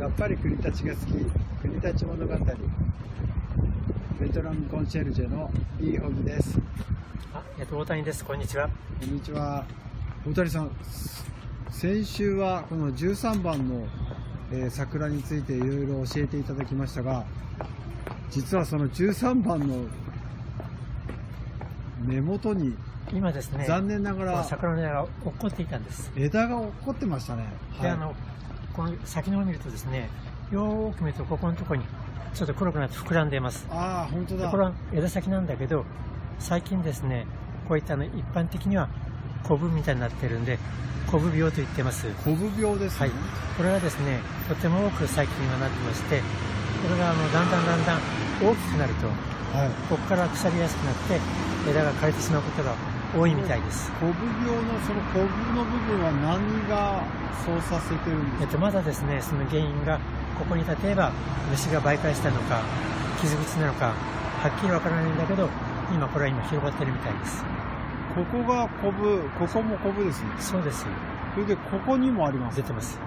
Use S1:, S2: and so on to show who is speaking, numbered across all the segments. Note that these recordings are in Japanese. S1: やっぱり国立が好き国立物語ベトナムコンシェルジェのいいほぎです
S2: あ、えっと、大谷です。こんにちは。
S1: こんにちは大谷さん先週はこの13番の、えー桜についていろいろ教えていただきましたが実はその13番の根元に
S2: 今ですね、
S1: 残念なが
S2: この
S1: ら
S2: 桜の枝が落っこっていたんです。
S1: 枝が落っこってましたね、
S2: で、あの、この先の方を見るとですね、よーく見ると、ここのところに、ちょっと黒くなって膨らんでいます。
S1: ああ本当
S2: で
S1: だ
S2: これは枝先なんだけど、最近ですね、こういったあの一般的には、コブみたいになってるんで、コブ病と言ってます。
S1: コブ病です
S2: は
S1: ね、
S2: い、これがですね、とても多く最近はなってまして、これがあのだんだんだんだん大きくなると、
S1: はい
S2: ここから腐りやすくなって、枝が枯れてしまうことが多いみたいです。
S1: コブ病のそのコブの部分は何がそうさせてるん
S2: え
S1: で
S2: っと、まだですね、その原因が、ここに例えば虫が媒介したのか、傷口なのか、はっきりわからないんだけど、今これは今広がってるみたいです。
S1: すここがコブここもコブですね
S2: そうです。
S1: それでここにもあります
S2: 出てます。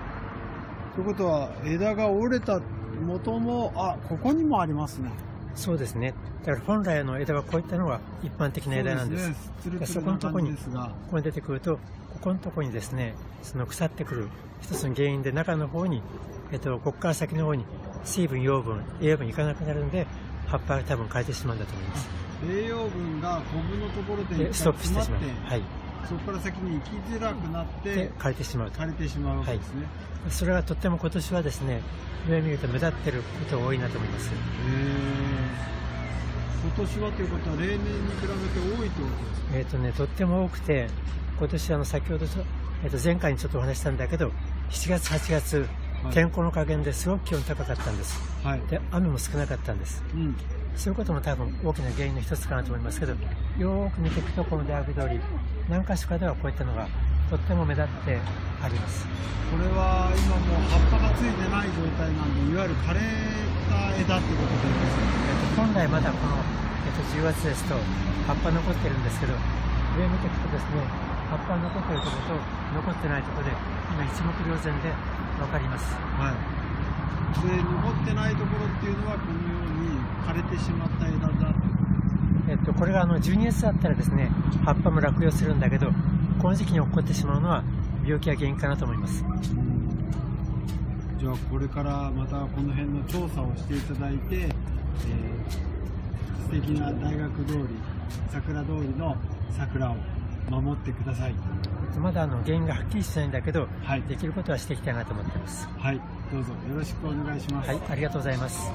S1: ということは枝が折れた元もあここにもありますね
S2: そうですね。だから本来の枝はこういったのが一般的な枝なんです。
S1: そうねツルツル
S2: そこ
S1: な
S2: のとこ
S1: 感
S2: に
S1: じですが
S2: ここに出てくると、ここのところにですね、その腐ってくる一つの原因で中の方に、えっと、ここから先の方に水分、養分、栄養分いかなくなるんで、葉っぱが多分枯れてしまうんだと思います。
S1: 栄養分がコブのところで一
S2: で、
S1: 回
S2: ストップしてしまう。
S1: 詰まって
S2: はい。
S1: そこから先に行きづらくなって
S2: で、枯れてしまうと
S1: 枯。れてしまうわけですね、
S2: それがとっても今年はですね、上見ると目立ってることが多いなと思います。
S1: へー今年はということは例年に比べて多いってことですか
S2: えっ、とね、とっても多くて、今年あの先ほどちょ、えっと前回にちょっとお話ししたんだけど、7月、8月、
S1: はい
S2: 天候の加減ですごく気温高かったんです。
S1: はい
S2: で、雨も少なかったんです。
S1: うん
S2: そういうことも多分大きな原因の一つかなと思いますけど、よーく見ていくと、この大学通り、何か所かではこういったのがとっても目立ってあります。
S1: これは今もう葉っぱがついてない状態なんでいわゆる枯れた枝ってことです
S2: えっと本来まだこの、えっと10月ですと葉っぱ残ってるんですけど、上見ていくとですね、葉っぱが残ってるところと残ってないところで、今一目瞭然で分かります。
S1: はいで残ってないところっていうのはこのように枯れてしまった枝だってこと
S2: えっと、これがあの12月だったらですね、葉っぱも落葉するんだけど、この時期に起こってしまうのは病気が原因かなと思います。
S1: じゃあこれからまたこの辺の調査をしていただいて、えー素敵な大学通り桜通りの桜を守ってください
S2: えっとまだあの原因がはっきりしてないんだけど、
S1: はい
S2: できることはしていきたいなと思ってます。
S1: はいどうぞよろしくお願いします、
S2: はい、ありがとうございます。